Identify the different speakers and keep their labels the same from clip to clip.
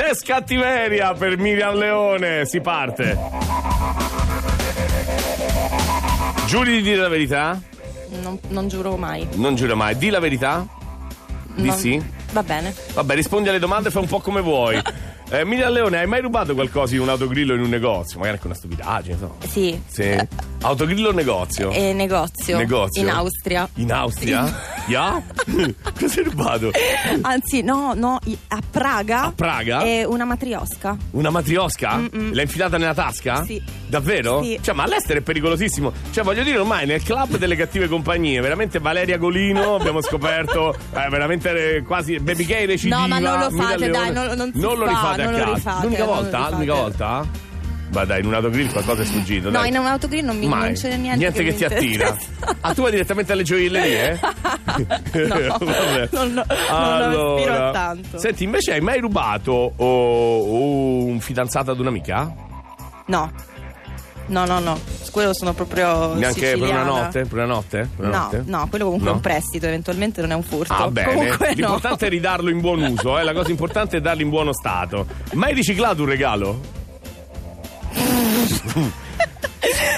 Speaker 1: Jazz Cattiveria per Miriam Leone. Si parte. Giuri di dire la verità?
Speaker 2: Non, non giuro mai.
Speaker 1: Non giuro mai. Di la verità? Di
Speaker 2: Non-
Speaker 1: sì?
Speaker 2: Va bene.
Speaker 1: Vabbè, rispondi alle domande, fai un po' come vuoi. Eh, Miriam Leone, hai mai rubato qualcosa in un autogrillo o in un negozio? Magari anche una stupidaggine, insomma.
Speaker 2: Sì.
Speaker 1: Sì. Autogrillo o negozio?
Speaker 2: E negozio.
Speaker 1: Negozio?
Speaker 2: In Austria.
Speaker 1: In Austria? Ya? Cosa hai rubato?
Speaker 2: Anzi, no, no, i- a Praga.
Speaker 1: A Praga?
Speaker 2: È una matriosca.
Speaker 1: Una matriosca?
Speaker 2: Mm-mm.
Speaker 1: L'hai infilata nella tasca?
Speaker 2: Sì.
Speaker 1: Davvero?
Speaker 2: Sì.
Speaker 1: Cioè, ma all'estero è pericolosissimo. Cioè, voglio dire, ormai nel club delle cattive compagnie, veramente Valeria Golino, abbiamo scoperto, eh, veramente eh, quasi Baby Gay recidiva.
Speaker 2: No, ma non lo
Speaker 1: Mira
Speaker 2: fate,
Speaker 1: Leone.
Speaker 2: dai, non- non si
Speaker 1: lo
Speaker 2: fa,
Speaker 1: rifate
Speaker 2: non
Speaker 1: a
Speaker 2: lo
Speaker 1: casa.
Speaker 2: rifate,
Speaker 1: l'unica
Speaker 2: non lo
Speaker 1: volta?
Speaker 2: rifate.
Speaker 1: L'unica volta? Ma dai, in un autogrill qualcosa è sfuggito.
Speaker 2: No,
Speaker 1: dai.
Speaker 2: in un autogrill non mi
Speaker 1: Mai.
Speaker 2: non c'è niente.
Speaker 1: che,
Speaker 2: mi
Speaker 1: ti attira.
Speaker 2: interessa.
Speaker 1: Ah, tu vai direttamente alle gioiellerie?
Speaker 2: no,
Speaker 1: Vabbè.
Speaker 2: non lo- non lo respiro
Speaker 1: Allora,
Speaker 2: tanto.
Speaker 1: Senti, invece hai mai rubato oh, oh, un fidanzato ad un'amica?
Speaker 2: No. No, no, no. Quello sono proprio.
Speaker 1: Neanche per una
Speaker 2: siciliana.
Speaker 1: notte? Per una notte? Per una
Speaker 2: No,
Speaker 1: notte?
Speaker 2: no, quello comunque
Speaker 1: No?
Speaker 2: è un prestito, eventualmente non è un furto.
Speaker 1: Ah, bene.
Speaker 2: Comunque no.
Speaker 1: L'importante è ridarlo in buon uso, eh. la cosa importante è darlo in buono stato. Mai riciclato un regalo?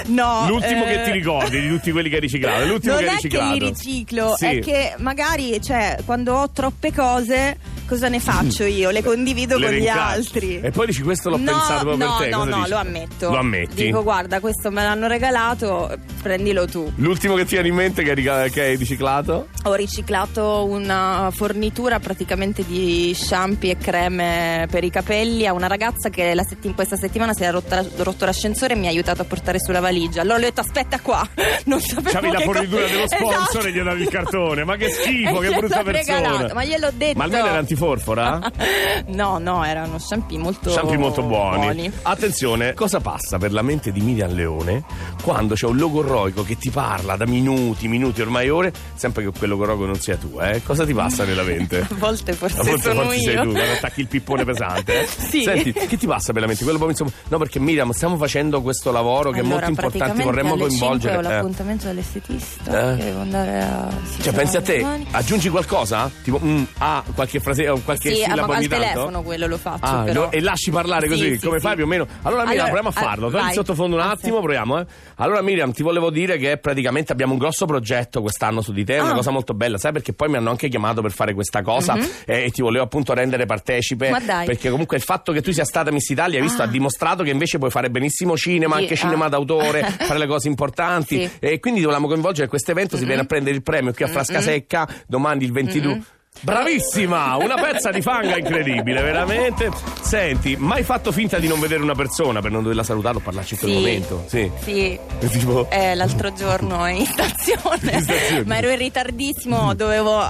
Speaker 2: No,
Speaker 1: L'ultimo
Speaker 2: eh,
Speaker 1: che ti ricordi di tutti quelli che hai riciclato? L'ultimo
Speaker 2: Non
Speaker 1: che hai
Speaker 2: è che
Speaker 1: riciclato?
Speaker 2: li riciclo,
Speaker 1: Sì.
Speaker 2: è che magari, cioè, quando ho troppe cose, cosa ne faccio io? Le condivido
Speaker 1: Mm. Le
Speaker 2: con gli
Speaker 1: rincari.
Speaker 2: altri.
Speaker 1: E poi dici questo l'ho
Speaker 2: no,
Speaker 1: pensato proprio
Speaker 2: no,
Speaker 1: per te.
Speaker 2: No,
Speaker 1: cosa
Speaker 2: no,
Speaker 1: dici?
Speaker 2: lo ammetto.
Speaker 1: Lo ammetti?
Speaker 2: Dico, guarda, questo me l'hanno regalato, prendilo tu.
Speaker 1: L'ultimo che ti viene in mente che hai, riga- che hai riciclato?
Speaker 2: Ho riciclato una fornitura praticamente di shampoo e creme per i capelli a una ragazza che la setti- questa settimana si era rotta, rotto l'ascensore e mi ha aiutato a portare sulla valigia. Allora le ho detto aspetta qua, non sapevo
Speaker 1: C'avevi la
Speaker 2: che cosa-
Speaker 1: fornitura dello sponsor
Speaker 2: Esatto.
Speaker 1: e gli davi il cartone. Ma che schifo,
Speaker 2: E
Speaker 1: che
Speaker 2: gliel'ho
Speaker 1: brutta persona.
Speaker 2: regalato, ma gliel'ho detto. Esatto.
Speaker 1: Ma almeno era antiforfora?
Speaker 2: No, no, erano shampoo molto
Speaker 1: Shampoo molto buoni. Attenzione, cosa passa per la mente di Miriam Leone quando c'è un logorroico che ti parla da minuti, minuti, ormai ore, sempre che quel logorroico non sia tu, eh? Cosa ti passa nella mente?
Speaker 2: A volte forse
Speaker 1: A volte
Speaker 2: sono
Speaker 1: forse
Speaker 2: io.
Speaker 1: sei tu, quando attacchi il pippone pesante. eh?
Speaker 2: Sì.
Speaker 1: Senti, che ti passa per la mente? Quello proprio, insomma, no, perché Miriam, stiamo facendo questo lavoro che
Speaker 2: Allora,
Speaker 1: è molto importante,
Speaker 2: praticamente
Speaker 1: vorremmo
Speaker 2: alle
Speaker 1: coinvolgere.
Speaker 2: 5 ho
Speaker 1: eh.
Speaker 2: l'appuntamento dall'estetista
Speaker 1: Eh.
Speaker 2: che devo andare a
Speaker 1: Cioè, pensi a te, aggiungi qualcosa? Tipo, mm, ah, qualche frase, o qualche
Speaker 2: Sì,
Speaker 1: sillaba
Speaker 2: ma al
Speaker 1: ogni tanto?
Speaker 2: telefono quello lo faccio
Speaker 1: Ah,
Speaker 2: però.
Speaker 1: no, e lasci parlare
Speaker 2: Sì,
Speaker 1: così,
Speaker 2: sì,
Speaker 1: come
Speaker 2: sì.
Speaker 1: fai più o meno. Allora, Miriam,
Speaker 2: Allora,
Speaker 1: proviamo a
Speaker 2: ah,
Speaker 1: farlo. Torni
Speaker 2: vai.
Speaker 1: sottofondo un
Speaker 2: Ah,
Speaker 1: attimo,
Speaker 2: sì.
Speaker 1: proviamo. Eh. Allora, Miriam, ti volevo dire che praticamente abbiamo un grosso progetto quest'anno su di te, una
Speaker 2: Ah.
Speaker 1: cosa molto bella, sai? Perché poi mi hanno anche chiamato per fare questa cosa
Speaker 2: Mhm.
Speaker 1: eh, e ti volevo appunto rendere partecipe.
Speaker 2: Ma dai.
Speaker 1: Perché comunque il fatto che tu sia stata Miss Italia, hai visto,
Speaker 2: Ah.
Speaker 1: ha dimostrato che invece puoi fare benissimo cinema,
Speaker 2: Sì,
Speaker 1: anche
Speaker 2: ah.
Speaker 1: cinema d'autore, fare le cose importanti.
Speaker 2: Sì.
Speaker 1: E quindi ti volevamo coinvolgere a questo evento, si viene a prendere il premio qui a Frascasecca domani il 22. Bravissima! Una pezza di fanga incredibile, veramente. Senti, mai fatto finta di non vedere una persona per non doverla salutare o parlarci in quel
Speaker 2: Sì.
Speaker 1: momento? Sì.
Speaker 2: Sì.
Speaker 1: Tipo,
Speaker 2: Eh, l'altro giorno in stazione,
Speaker 1: In stazione.
Speaker 2: ma ero in ritardissimo, dovevo,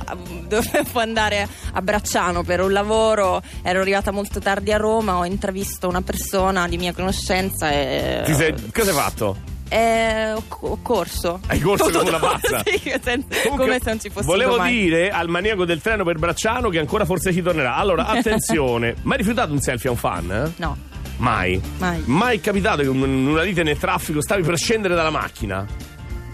Speaker 2: dovevo andare a Bracciano per un lavoro, ero arrivata molto tardi a Roma, ho intravisto una persona di mia conoscenza e...
Speaker 1: ti sei- cosa hai fatto?
Speaker 2: Eh, ho, ho corso.
Speaker 1: Hai corso
Speaker 2: Tutto-
Speaker 1: come una pazza.
Speaker 2: Sì, che sen-
Speaker 1: Comunque,
Speaker 2: come se non ci fosse
Speaker 1: Volevo
Speaker 2: domani.
Speaker 1: dire al maniaco del treno per Bracciano che ancora forse ci tornerà. Allora, attenzione, mai rifiutato un selfie a un fan? eh?
Speaker 2: No,
Speaker 1: Mai.
Speaker 2: mai.
Speaker 1: Mai capitato che in una lite nel traffico stavi per scendere dalla macchina?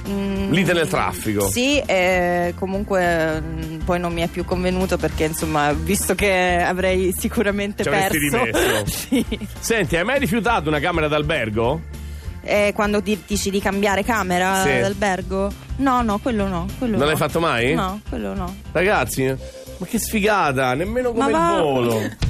Speaker 2: Mm,
Speaker 1: Lite nel traffico.
Speaker 2: Sì, eh, comunque mm, poi non mi è più convenuto perché insomma, visto che avrei sicuramente
Speaker 1: Ci avresti
Speaker 2: perso.
Speaker 1: rimesso.
Speaker 2: sì.
Speaker 1: Senti, hai mai rifiutato una camera d'albergo?
Speaker 2: Eh, quando ti- dici di cambiare camera
Speaker 1: Sì.
Speaker 2: d'albergo? No, no, quello no. Quello
Speaker 1: Non
Speaker 2: no.
Speaker 1: l'hai fatto Eh? mai?
Speaker 2: No, quello no.
Speaker 1: Ragazzi, ma che sfigata, nemmeno come
Speaker 2: Ma
Speaker 1: il
Speaker 2: va.
Speaker 1: volo.